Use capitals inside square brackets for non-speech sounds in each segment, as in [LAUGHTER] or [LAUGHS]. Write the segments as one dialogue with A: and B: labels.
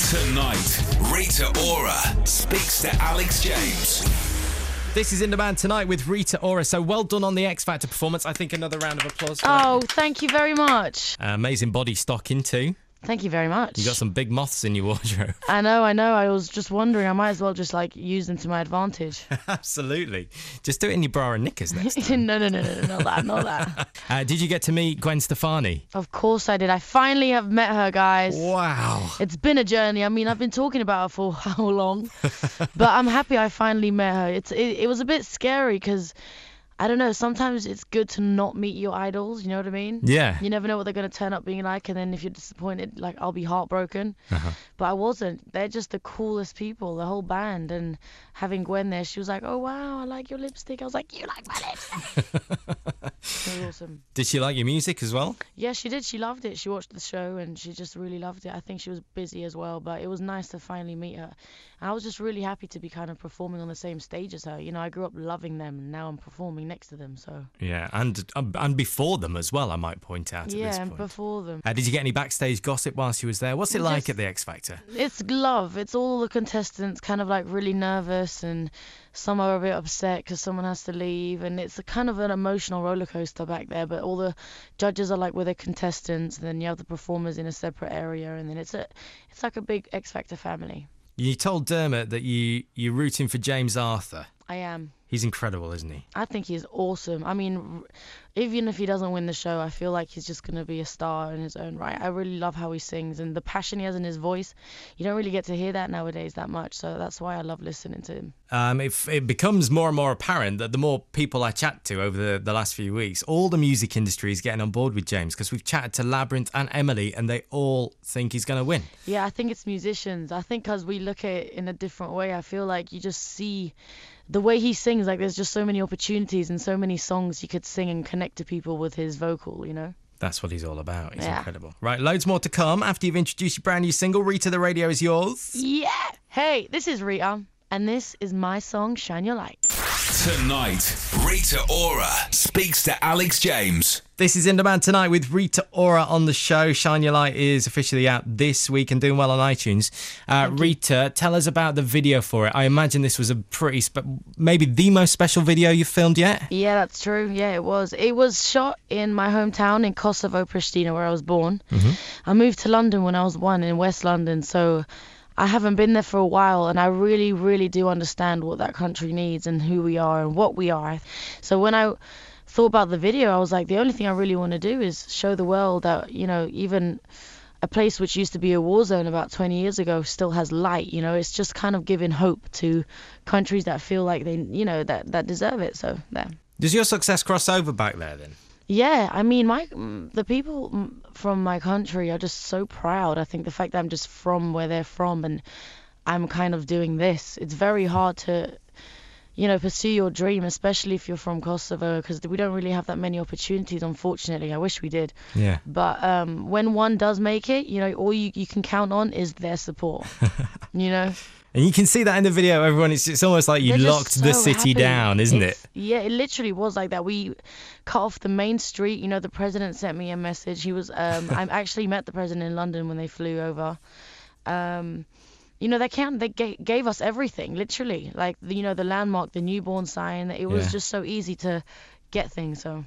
A: Tonight, Rita Ora speaks to Alex James.
B: This is In Demand Tonight with Rita Ora. So well done on the X Factor performance. I think another round of applause. For that.
C: Oh, thank you very much.
B: Uh, amazing body stocking, too.
C: Thank you very much.
B: You got some big moths in your wardrobe. [LAUGHS]
C: I know, I know. I was just wondering. I might as well just like use them to
B: [LAUGHS]
C: my advantage.
B: Absolutely. Just do it in your bra and knickers next.
C: no, [LAUGHS] no, no, no, no, not that,
B: [LAUGHS]
C: not that.
B: Uh, did you get to meet Gwen Stefani?
C: Of course I did. I finally have met her, guys.
B: Wow.
C: It's been a journey. I mean, I've been talking about her for [LAUGHS]
B: [LAUGHS]
C: how long, but I'm happy I finally met her. It's it, it was a bit scary because. I don't know. Sometimes it's good to not meet your idols. You know what I mean?
B: Yeah.
C: You never know what they're gonna turn up being like, and then if you're disappointed, like I'll be heartbroken. But I wasn't. They're just the coolest people, the whole band. And having Gwen there, she was like, "Oh wow, I like your lipstick." I was like, "You like my lipstick?" it was awesome.
B: Did she like your music as well?
C: Yeah, she did. She loved it. She watched the show and she just really loved it. I think she was busy as well, but it was nice to finally meet her. And I was just really happy to be kind of performing on the same stage as her. You know, I grew up loving them, and now I'm performing next to them. So
B: Yeah, and um, and before them as well. I might point out at
C: yeah,
B: this
C: and
B: point.
C: before them.
B: uh, did you get any backstage gossip whilst you was there? What's it
C: We
B: like
C: just-
B: at the X Factor?
C: It's love. It's all the contestants kind of like really nervous, and some are a bit upset because someone has to leave, and it's a kind of an emotional roller coaster back there. But all the judges are like with their contestants, and then you have the performers in a separate area, and then it's a, it's like a big X Factor family.
B: You told Dermot that you you're rooting for James Arthur.
C: I am.
B: He's incredible, isn't he?
C: I think he's awesome. I mean, r- even if he doesn't win the show, I feel like he's just going to be a star in his own right. I really love how he sings and the passion he has in his voice. You don't really get to hear that nowadays that much, so that's why I love listening to him.
B: um, it, it becomes more and more apparent that the more people I chat to over the, the last few weeks, all the music industry is getting on board with James because we've chatted to Labyrinth and Emily and they all think he's going to win.
C: Yeah, I think it's musicians. I think 'cause we look at it in a different way, I feel like you just see the way he sings. Like, there's just so many opportunities and so many songs you could sing and connect to people with his vocal, you know?
B: That's what he's all about. He's
C: Yeah.
B: incredible. Right, loads more to come after you've introduced your brand new single, Rita the Radio is yours.
C: Yeah! Hey, this is Rita, and this is my song, Shine Your Light.
A: Tonight, Rita Ora speaks to Alex James.
B: This is In Demand Tonight with Rita Ora on the show. Shine Your Light is officially out this week and doing well on iTunes. Uh, Rita, tell us about the video for it. I imagine this was a pretty, spe- maybe the most special video you've filmed yet.
C: Yeah, that's true. Yeah, it was. It was shot in my hometown in Kosovo, Pristina, where I was born. I moved to London when I was one in West London, so I haven't been there for a while, and I really, really do understand what that country needs and who we are and what we are. So when I thought about the video, I was like, the only thing I really want to do is show the world that, you know, even a place which used to be a war zone about 20 years ago still has light you know it's just kind of giving hope to countries that feel like they you know that that deserve it so there
B: Does your success cross over back there then?
C: yeah, I mean, my mm, the people mm, from my country are just so proud. I think the fact that I'm just from where they're from and I'm kind of doing this, it's very hard to, you know, pursue your dream, especially if you're from Kosovo, because we don't really have that many opportunities, unfortunately. I wish we did.
B: Yeah.
C: But um, when one does make it, you know, all you, you can count on is their support. you know?
B: And you can see that in the video, everyone. It's, it's almost like you
C: They're just
B: locked the
C: so
B: city
C: happy.
B: down, isn't
C: It's- Yeah, it literally was like that. We cut off the main street. You know, the president sent me a message. He was,
B: [LAUGHS]
C: um, I actually met the president in London when they flew over. Um, you know, they can they ga- gave us everything, literally. Like the, you know, the landmark, the newborn sign. It was
B: Yeah.
C: just so easy to get things. So
B: it?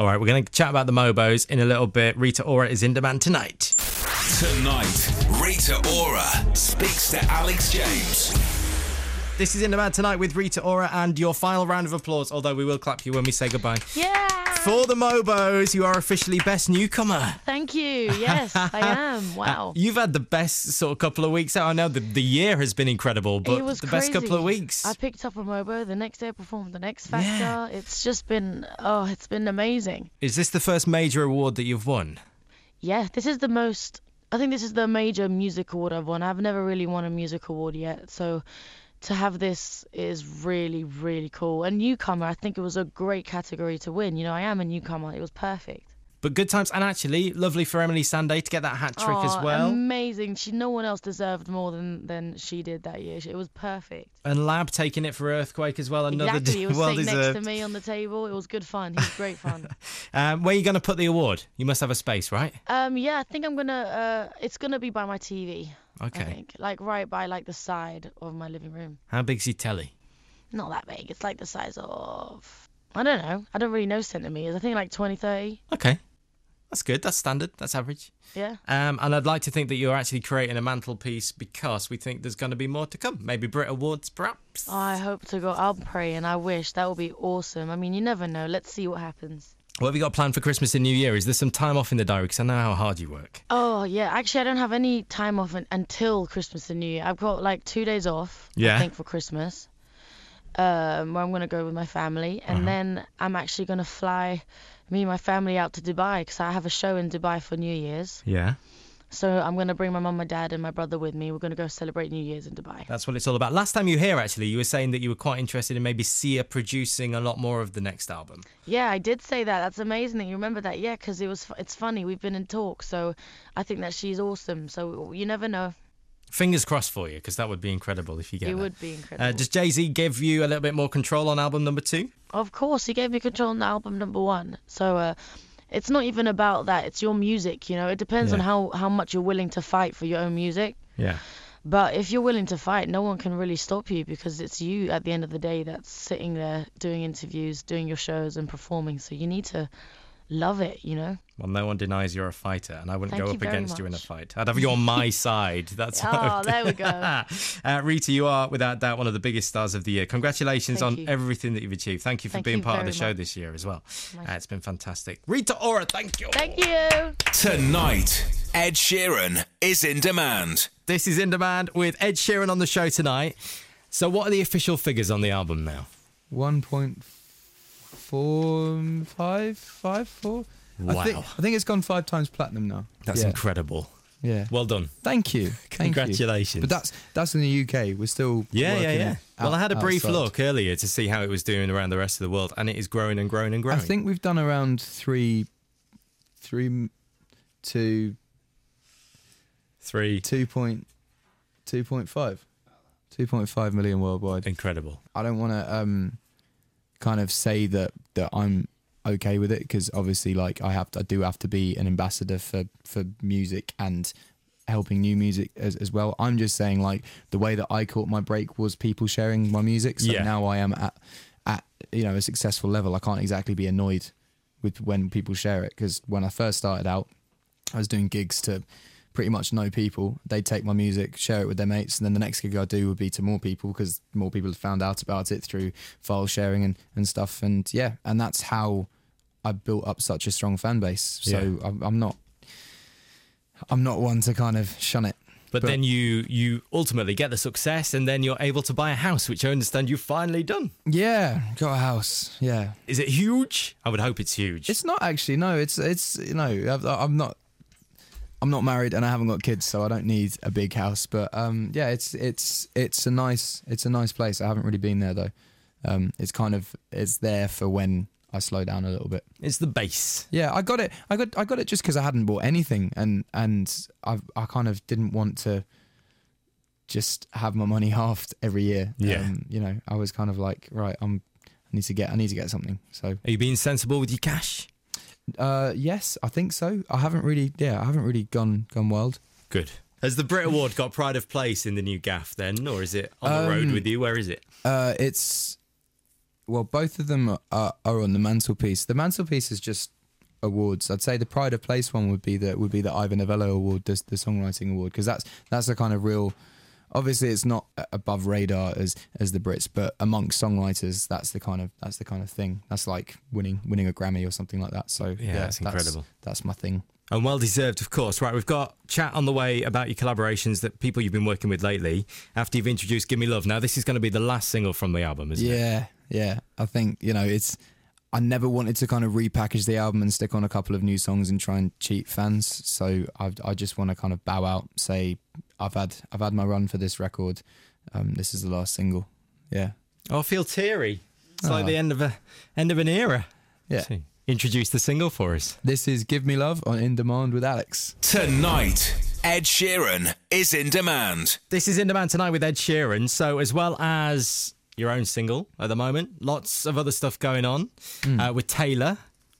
B: All right, we're going to chat about the Mobos in a little bit. Rita Ora is in demand tonight.
A: Tonight, Rita Ora speaks to Alex James.
B: This is in demand tonight with Rita Ora and your final round of applause, although we will clap you when we say goodbye.
C: yeah.
B: For the Mobos, you are officially best newcomer.
C: Thank you.
B: [LAUGHS]
C: Yes, I
B: Uh,
C: am. Wow.
B: You've had the best sort of couple of weeks out. I know the, the year has been incredible, but
C: it was
B: the
C: crazy.
B: best couple of weeks.
C: I picked up a mobo. The next day, I performed the next factor.
B: Yeah.
C: It's just been oh, it's been amazing.
B: Is this the first major award that you've won?
C: Yeah, this is the most. I think this is the major music award I've won. I've never really won a music award yet, so to have this is really, really cool. And newcomer, I think it was a great category to win. You know, I am a newcomer. It was perfect.
B: But good times, and actually, lovely for Emily Sanday to get that hat trick
C: Aw,
B: as well.
C: Amazing. She, no one else deserved more than than she did that year. She- It was perfect.
B: And Lab taking it for Earthquake as well. Another
C: exactly. He was
B: well
C: sitting
B: deserved.
C: next to me on the table. It was good fun. It was
B: [LAUGHS]
C: great fun.
B: Um, where are you going to put the award? You must have a space, right?
C: Um, yeah, I think I'm gonna. Uh, it's gonna be by my TV.
B: Okay.
C: I think. Like right by like the side of my living room.
B: How big's your telly?
C: Not that big. It's like the size of I don't know. I don't really know centimeters. I think like 20, 30.
B: Okay. That's good. That's standard. That's average.
C: Yeah.
B: Um, and I'd like to think that you're actually creating a mantelpiece because we think there's going to be more to come. Maybe Brit Awards, perhaps.
C: I hope to go. I'll pray and I wish that would be awesome. I mean, you never know. Let's see what happens.
B: What have you got planned for Christmas and New Year? Is there some time off in the diary? Because I know how hard you work.
C: Oh yeah, actually, I don't have any time off un- until Christmas and New Year. I've got like two days off.
B: Yeah.
C: I think for Christmas, um, where I'm gonna go with my family, and then I'm actually gonna fly me and my family out to Dubai because I have a show in Dubai for New Year's.
B: Yeah.
C: So I'm gonna bring my mum, my dad, and my brother with me. We're gonna go celebrate New Year's in Dubai.
B: That's what it's all about. Last time you were here, actually, you were saying that you were quite interested in maybe Sia producing a lot more of the next album.
C: Yeah, I did say that. That's amazing that you remember that. Yeah, because it was. f- It's funny. We've been in talk, so I think that she's awesome. So you never know.
B: Fingers crossed for you, because that would be incredible if you get
C: It
B: there.
C: would be incredible.
B: Uh, does Jay Z give you a little bit more control on album number two?
C: Of course, he gave me control on the album number one. So uh, it's not even about that. It's your music, you know. It depends on
B: Yeah.
C: how how much you're willing to fight for your own music.
B: Yeah.
C: But if you're willing to fight, no one can really stop you because it's you at the end of the day that's sitting there doing interviews, doing your shows, and performing. So you need to love it, you
B: [LAUGHS]
C: know.
B: Well, no one denies you're a fighter, and I wouldn't
C: Thank
B: go
C: you
B: up
C: very
B: against you in a
C: much.
B: fight. I'd have you on my [LAUGHS] side. That's what I
C: Oh,
B: would do.
C: there we
B: [LAUGHS]
C: go.
B: uh, Rita, you are without doubt one of the biggest stars of the year. Congratulations
C: Thank
B: on
C: you.
B: everything that you've achieved. Thank you for
C: Thank
B: being
C: you
B: part of the
C: very
B: show
C: much.
B: this year as well. Uh, it's been fantastic. Rita Ora, thank you.
C: Thank you.
A: Tonight, Ed Sheeran is in demand.
B: This is In Demand with Ed Sheeran on the show tonight. So, what are the official figures on the album now?
D: One point four five five four.
B: Wow.
D: I think, I think it's gone five times platinum now.
B: That's
D: yeah.
B: incredible.
D: Yeah.
B: Well done.
D: Thank you. Thank you.
B: Congratulations.
D: But that's that's in the UK. We're still
B: Yeah, yeah,
D: working
B: yeah.
D: out-
B: well, I had a brief
D: outside.
B: look earlier to see how it was doing around the rest of the world, and it is growing and growing and
D: I
B: growing.
D: think we've done around three, three, two,
B: three.
D: two point, two point five, two point five million worldwide.
B: Incredible.
D: I don't want to um, kind of say that that I'm okay with it because obviously, like I have, to, I do have to be an ambassador for for music and helping new music as, as well. I'm just saying, like the way that I caught my break was people sharing my music. So
B: Yeah.
D: now I am at at you know a successful level. I can't exactly be annoyed with when people share it because when I first started out, I was doing gigs to pretty much no people. They'd take my music, share it with their mates, and then the next gig I do would be to more people because more people have found out about it through file sharing and, and stuff. And yeah, and that's how I built up such a strong fan base. So
B: Yeah.
D: I'm, I'm not, I'm not one to kind of shun it.
B: But, then you you ultimately get the success, and then you're able to buy a house, which I understand you've finally done.
D: yeah, got a house. Yeah,
B: Is it huge? I would hope it's huge.
D: it's not actually. No, it's it's you know I've, I'm not. I'm not married and I haven't got kids, so I don't need a big house. But um, yeah, it's it's it's a nice it's a nice place. I haven't really been there though. Um, it's kind of it's there for when I slow down a little bit.
B: It's the base.
D: Yeah, I got it. I got I got it just because I hadn't bought anything, and and I I kind of didn't want to just have my money [LAUGHS] halved every year. Um,
B: Yeah.
D: you know, I was kind of like, right, I'm I need to get I need to get something. So
B: Are you being sensible with your cash?
D: uh, yes, I think so. I haven't really yeah I haven't really gone gone wild.
B: Good. Has the Brit Award got pride of place in the new gaff then, or is it on the road
D: Um,
B: with you? Where is it?
D: Uh, it's well, both of them are, are on the mantelpiece. The mantelpiece is just awards. I'd say the pride of place one would be the would be the Ivan Novello award, the, the songwriting award, because that's that's a kind of real. Obviously, it's not above radar as as the Brits, but amongst songwriters, that's the kind of that's the kind of thing. That's like winning winning a Grammy or something like that. So yeah,
B: that's incredible.
D: That's my thing.
B: And well deserved, of course. Right, we've got chat on the way about your collaborations that people you've been working with lately after you've introduced Gimme Love. Now, this is going to be the last single from the album, isn't it?
D: Yeah, yeah. I think you know it's. I never wanted to kind of repackage the album and stick on a couple of new songs and try and cheat fans. So I, I just want to kind of bow out, say I've had I've had my run for this record. Um, this is the last single. Yeah,
B: Oh, I feel teary. It's like
D: Oh.
B: the end of a end of an era.
D: yeah.
B: See, Introduce the single for us.
D: This is "Give Me Love" on In Demand with Alex.
A: Tonight, Ed Sheeran is in demand.
B: This is In Demand Tonight with Ed Sheeran. So, as well
D: Hmm.
B: as your own single at the moment, lots of other stuff going on uh, with Taylor.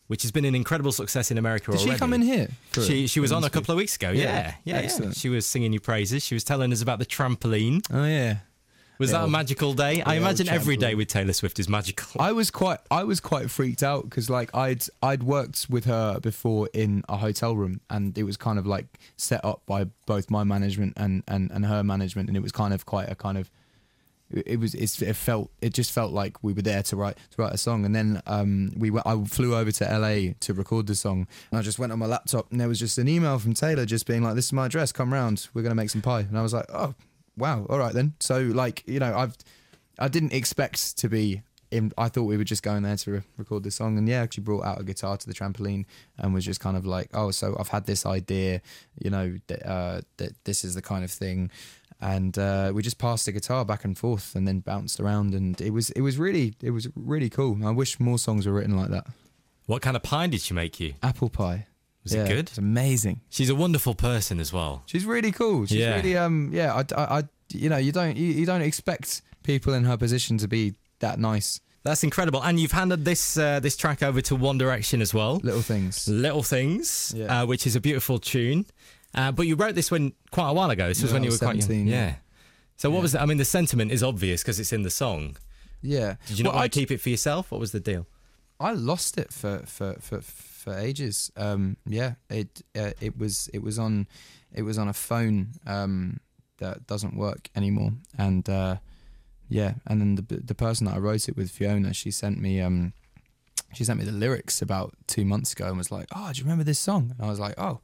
B: which has been an incredible success in America
D: Did
B: already.
D: she come in here? for it?
B: She, she was
D: For
B: on a
D: an
B: couple of weeks ago.
D: Yeah.
B: Yeah. Yeah. yeah.
D: Excellent.
B: She was singing you praises. She was telling us about the trampoline.
D: interview? Oh yeah.
B: Was
D: The
B: that a
D: old-
B: magical day? I
D: the
B: imagine
D: old
B: every day
D: trampoline.
B: with Taylor Swift is magical.
D: I was quite I was quite freaked out because like I'd I'd worked with her before in a hotel room and it was kind of like set up by both my management and and and her management and it was kind of quite a kind of it was it's, it felt it just felt like we were there to write to write a song and then um we went I flew over to LA to record the song and I just went on my laptop and there was just an email from Taylor just being like this is my address come round we're gonna make some pie and I was like oh wow all right then so like you know I've I didn't expect to be in. I thought we were just going there to re- record this song, and yeah, she brought out a guitar to the trampoline and was just kind of like, "Oh, so I've had this idea, you know, th- uh, that this is the kind of thing," and uh, we just passed the guitar back and forth, and then bounced around, and it was it was really it was really cool. I wish more songs were written like that.
B: What kind of pie did she make you?
D: Apple pie
B: Was it good?
D: It's amazing.
B: She's a wonderful person as well.
D: She's really cool. She's
B: Yeah.
D: really um yeah. I, I, I- you know you don't you, you don't expect people in her position to be that nice.
B: That's incredible. And you've handed this uh, this track over to One Direction as well.
D: Little things.
B: Little Things,
D: Yeah.
B: uh, which is a beautiful tune. Uh, but you wrote this when quite a while ago. This was
D: Yeah,
B: when
D: I
B: you were
D: was
B: quite young.
D: 17, yeah.
B: Yeah. So what was the, I mean, the sentiment is obvious because it's in the song.
D: Yeah.
B: Did you not
D: Well, I
B: want to keep it for yourself? What was the deal?
D: I lost it for for for for ages. Um, yeah, it uh, it was it was on it was on a phone um, that doesn't work anymore, and uh, yeah, and then the the person that I wrote it with, Fiona, she sent me um, she sent me the lyrics about two months ago and was like, "Oh, do you remember this song?" And I was like, "Oh."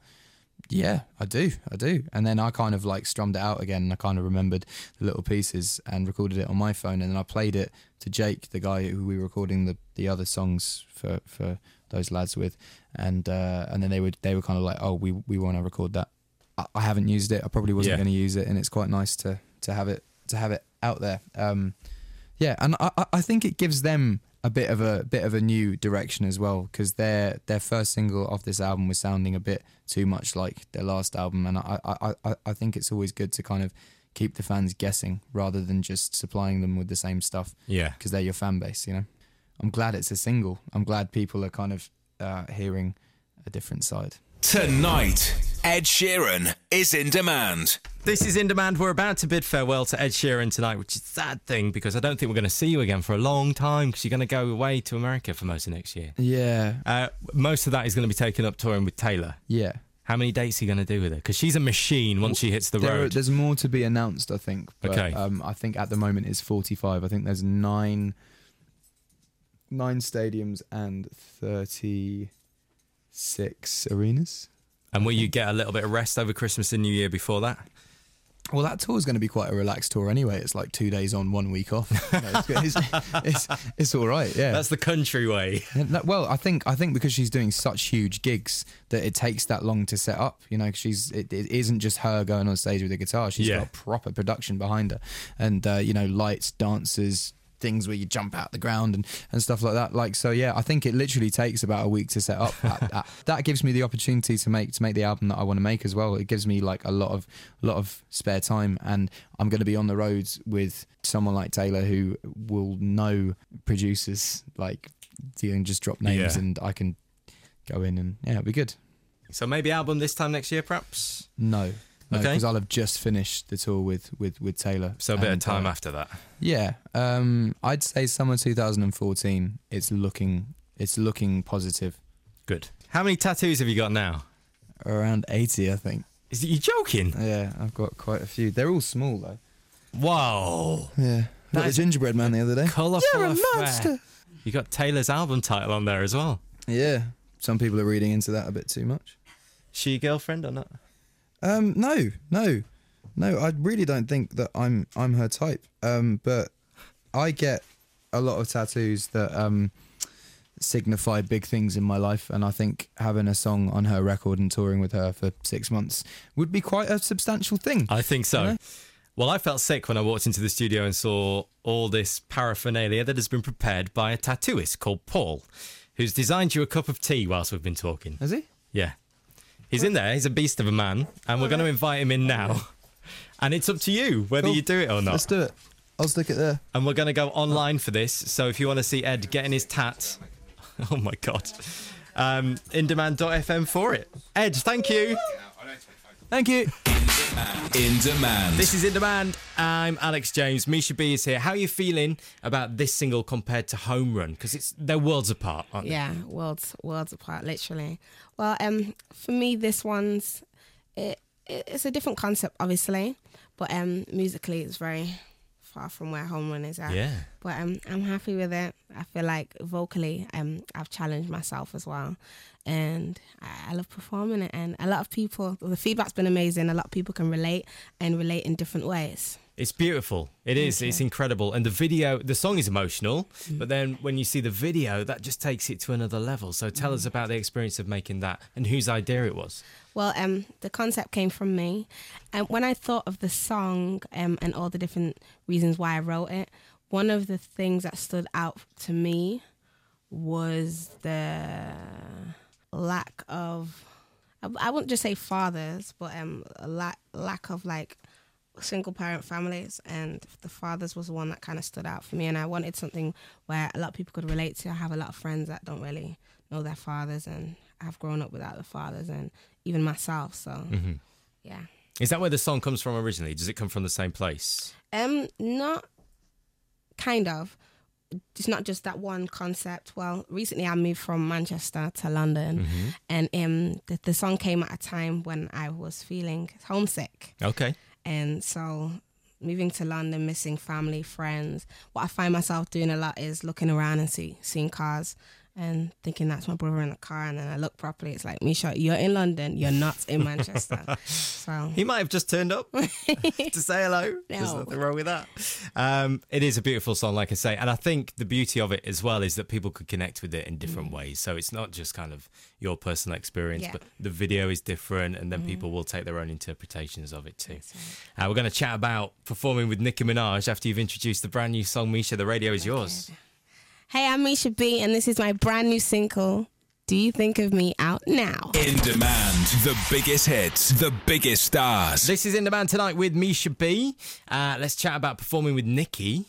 D: Yeah, I do. I do. And then I kind of like strummed it out again and I kind of remembered the little pieces and recorded it on my phone and then I played it to Jake, the guy who we were recording the, the other songs for, for those lads with and uh, and then they were they were kind of like, "Oh, we we want to record that." I, I haven't used it. I probably wasn't
B: Yeah.
D: going to use it and it's quite nice to to have it to have it out there. Um yeah, and I, I- I think it gives them a bit of a bit of a new direction as well because their their first single off this album was sounding a bit too much like their last album, and I I, I, I think it's always good to kind of keep the fans guessing rather than just supplying them with the same stuff
B: Yeah.
D: because they're your fan base, you know. I'm glad it's a single. I'm glad people are kind of uh, hearing a different side.
A: Tonight, Ed Sheeran is in demand.
B: This is In Demand. We're about to bid farewell to Ed Sheeran tonight, which is a sad thing because I don't think we're going to see you again for a long time because you're going to go away to America for most of next year.
D: Yeah,
B: Uh, most of that is going to be taken up touring with Taylor.
D: yeah.
B: How many dates are you going to do with her? Because she's a machine once she hits the
D: There are-
B: road.
D: there's more to be announced, I think. But,
B: Okay.
D: Um, I think at the moment it's 45. I think there's nine, nine stadiums and 36 arenas.
B: and will you get a little bit of rest over Christmas and New Year before that?
D: Well, that tour is going to be quite a relaxed tour anyway. It's like two days on, one week off. [LAUGHS] You know, it's, good. it's, it's, it's all right. Yeah.
B: That's the country way. [LAUGHS]
D: And that- well, I think I think because she's doing such huge gigs that it takes that long to set up. You know, 'cause she's it, it isn't just her going on stage with a guitar. She's
B: Yeah.
D: got proper production behind her, and uh, you know, lights, dancers, things where you jump out the ground and and stuff like that. Like so, yeah, I think it literally takes about a week to set up. that, that, that gives me the opportunity to make to make the album that I want to make as well. It gives me like a lot of a lot of spare time, and I'm going to be on the roads with someone like Taylor who will know producers like you can just drop names
B: Yeah.
D: and I can go in and yeah, it'll be good.
B: So maybe album this time next year, perhaps.
D: No. No,
B: Okay.
D: because I'll have just finished the tour with with with Taylor.
B: So a bit of
D: And,
B: time
D: uh,
B: after that.
D: Yeah, um, I'd say summer 2014. It's looking it's looking positive.
B: Good. How many tattoos have you got now?
D: Around 80, I think.
B: Is you joking?
D: Yeah, I've got quite a few. They're all small though.
B: Wow.
D: Yeah,
B: That
D: that
B: is-
D: is gingerbread man the other day.
B: Colourful
D: You're a
B: affair.
D: monster.
B: You got Taylor's album title on there as well.
D: Yeah, some people are reading into that a bit too much.
B: She your girlfriend or not?
D: Um, no, no, no. I really don't think that I'm I'm her type. Um, but I get a lot of tattoos that um signify big things in my life, and I think having a song on her record and touring with her for six months would be quite a substantial thing.
B: I think so. Well, I felt sick when I walked into the studio and saw all this paraphernalia that has been prepared by a tattooist called Paul, who's designed you a cup of tea whilst we've been talking.
D: Has he?
B: Yeah. He's in there. He's a beast of a man. And
D: Oh,
B: we're going to invite him in
D: [LAUGHS]
B: now. And it's up to you whether
D: Cool.
B: you do it or not.
D: Let's do it. I'll stick it there.
B: And [LAUGHS] we're going to go online for this. So if you want to see Ed getting his tat, oh my God. um, indemand.fm for it. Ed, thank you.
D: Thank you.
A: In demand.
B: This is In Demand. I'm Alex James. Misha B is here. How are you feeling about this single compared to Home Run? Because it's they're worlds apart, aren't they?
E: Yeah, worlds worlds apart, literally. Well, um, for me, this one's it, it it's a different concept, obviously, but um, musically, it's very far from where Home Run is at.
B: Yeah.
E: But um, I'm happy with it. I feel like vocally, um, I've challenged myself as well, and I, I love performing it. And a lot of people, the feedback's been amazing. A lot of people can relate and relate in different ways.
B: It's beautiful. It is. It's incredible. And the video, the song is emotional, but then when you see the video, that just takes it to another level. So tell us about the experience of making that and whose idea it was.
E: Well, um, the concept came from me, and when I thought of the song um, and all the different reasons why I wrote it, one of the things that stood out to me was the lack of, I, I wouldn't just say fathers, but um, a lack lack of like single parent families, and the fathers was one that kind of stood out for me, and I wanted something where a lot of people could relate to. I have a lot of friends that don't really know their fathers, and I've grown up without the fathers, and even myself. So, yeah.
B: Is that where the song comes from originally? Does it come from the same place?
E: Um, not kind of. It's not just that one concept. Well, recently I moved from Manchester to London,
B: Mm. Mm-hmm.
E: and um, the, the song came at a time when I was feeling homesick,
B: Okay.
E: and so moving to London, missing family, friends. What I find myself doing a lot is looking around and see seeing cars. And thinking that's my brother in the car, and then I look properly. It's like Misha, you're in London, you're not in Manchester. so [LAUGHS]
B: He might have just turned up to say hello. There's
E: No.
B: nothing wrong with that. Um, it is a beautiful song, like I say. And I think the beauty of it as well is that people could connect with it in different ways. So it's not just kind of your personal experience,
E: Yeah.
B: but the video is different. And then people will take their own interpretations of it too. Uh, we're going to chat about performing with Nicki Minaj after you've introduced the brand new song, Misha. The radio is yours.
E: Hey, I'm Misha B, and this is my brand new single, Do You Think of Me Out Now?
A: In demand. The biggest hits, the biggest stars.
B: This is In Demand Tonight with Misha B. Uh, let's chat about performing with Nicki.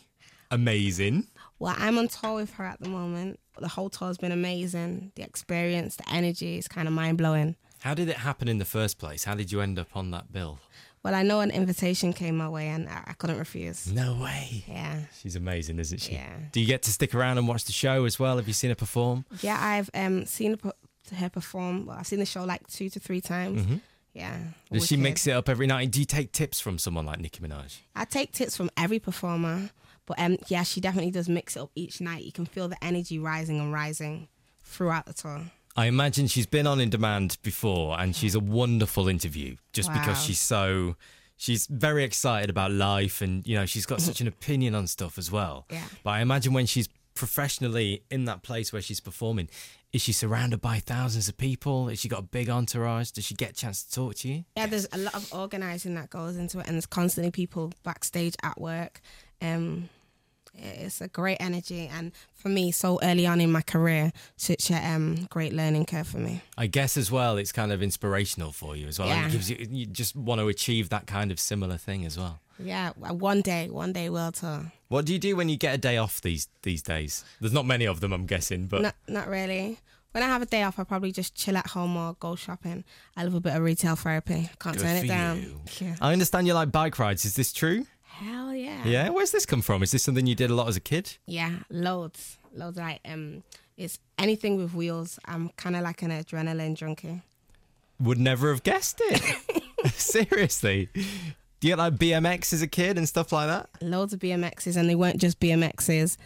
B: Amazing.
E: Well, I'm on tour with her at the moment. The whole tour has been amazing. The experience, the energy is kind of mind blowing.
B: How did it happen in the first place? How did you end up on that bill?
E: Well, I know an invitation came my way, and I, I couldn't refuse.
B: No way.
E: Yeah.
B: She's amazing, isn't she?
E: Yeah.
B: Do you get to stick around and watch the show as well? Have you seen her perform?
E: Yeah, I've um, seen her per- her perform. Well, I've seen the show like two to three times. Yeah.
B: Mm-hmm. Does she
E: wicked.
B: mix it up every night? Do you take tips from someone like Nicki Minaj?
E: I take tips from every performer, but um, yeah, she definitely does mix it up each night. You can feel the energy rising and rising throughout the tour.
B: I imagine she's been on In Demand before and she's a wonderful interview just because
E: Wow.
B: she's so she's very excited about life and you know she's got such an opinion on stuff as well.
E: Yeah.
B: But I imagine when she's professionally in that place where she's performing, is she surrounded by thousands of people? Has she got a big entourage? Does she get a chance to talk to you?
E: Yeah, there's a lot of organising that goes into it, and there's constantly people backstage at work. Um, it's a great energy, and for me, so early on in my career, such a um, great learning curve for me.
B: I guess as well it's kind of inspirational for you as well. And it
E: Yeah.
B: gives you you just want to achieve that kind of similar thing as well.
E: Yeah, w- one day, one day will tour.
B: What do you do when you get a day off these these days? There's not many of them I'm guessing, but
E: Not, not really. When I have a day off, I probably just chill at home or go shopping. I love a bit of retail therapy. Can't
B: Good
E: turn
B: for
E: it
B: you.
E: down. [LAUGHS] Yeah.
B: I understand you like bike rides. Is this true?
E: Hell yeah.
B: Yeah. Where's this come from? Is this something you did a lot as a kid?
E: Yeah, loads, loads. Like um, it's anything with wheels. I'm kind of like an adrenaline junkie.
B: Would never have guessed it. [LAUGHS] Seriously. Do you get like BMX as a kid and stuff like that?
E: loads of BMXs, and they weren't just BMXs,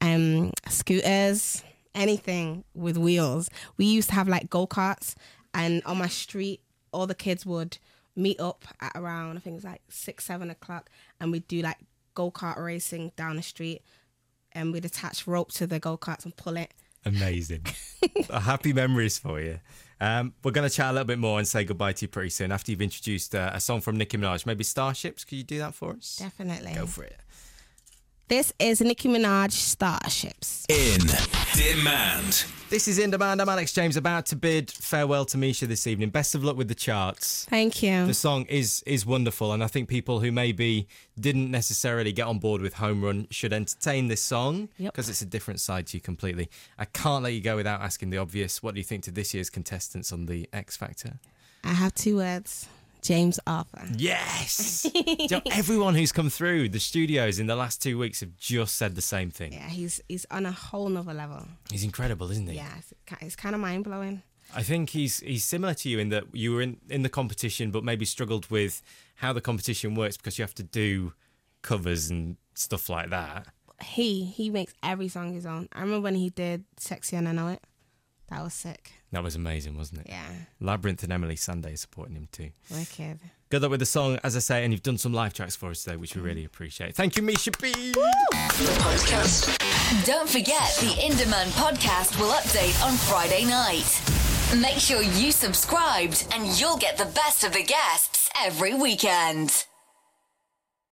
E: um, scooters, anything with wheels. We used to have like go karts, and on my street, all the kids would meet up at around I think it was like six, seven o'clock, and we'd do like go kart racing down the street, and we'd attach rope to the go karts and pull it.
B: Amazing. Happy memories for you. Um, we're going to chat a little bit more and say goodbye to you pretty soon after you've introduced uh, a song from Nicki Minaj. Maybe Starships. Could you do that for us?
E: Definitely.
B: Go for it.
E: This is Nicki Minaj Starships.
A: In demand.
B: This is In Demand. I'm Alex James, about to bid farewell to Misha this evening. Best of luck with the charts.
E: Thank you.
B: The song is is wonderful, and I think people who maybe didn't necessarily get on board with Home Run should entertain this song
E: Yep.
B: because it's a different side to you completely. I can't let you go without asking the obvious. What do you think to this year's contestants on the X Factor?
E: I have two words. James Arthur. [LAUGHS]
B: Yes, Do you know, everyone who's come through the studios in the last two weeks have just said the same thing.
E: Yeah, he's he's on a whole nother level.
B: He's incredible, isn't he?
E: Yeah, it's, ki- it's kind of mind blowing.
B: I think he's he's similar to you in that you were in, in the competition, but maybe struggled with how the competition works because you have to do covers and stuff like that.
E: He he makes every song his own. I remember when he did "Sexy and I Know It." That was sick.
B: That was amazing, wasn't it?
E: Yeah,
B: Labyrinth and Emily Sunday supporting him too.
E: wicked.
B: Good luck with the song, as I say, and you've done some live tracks for us today,
E: Mm.
B: which we really appreciate. Thank you, Misha B.
F: Don't forget the In Demand podcast will update on Friday night. Make sure you subscribed and you'll get the best of the guests every weekend.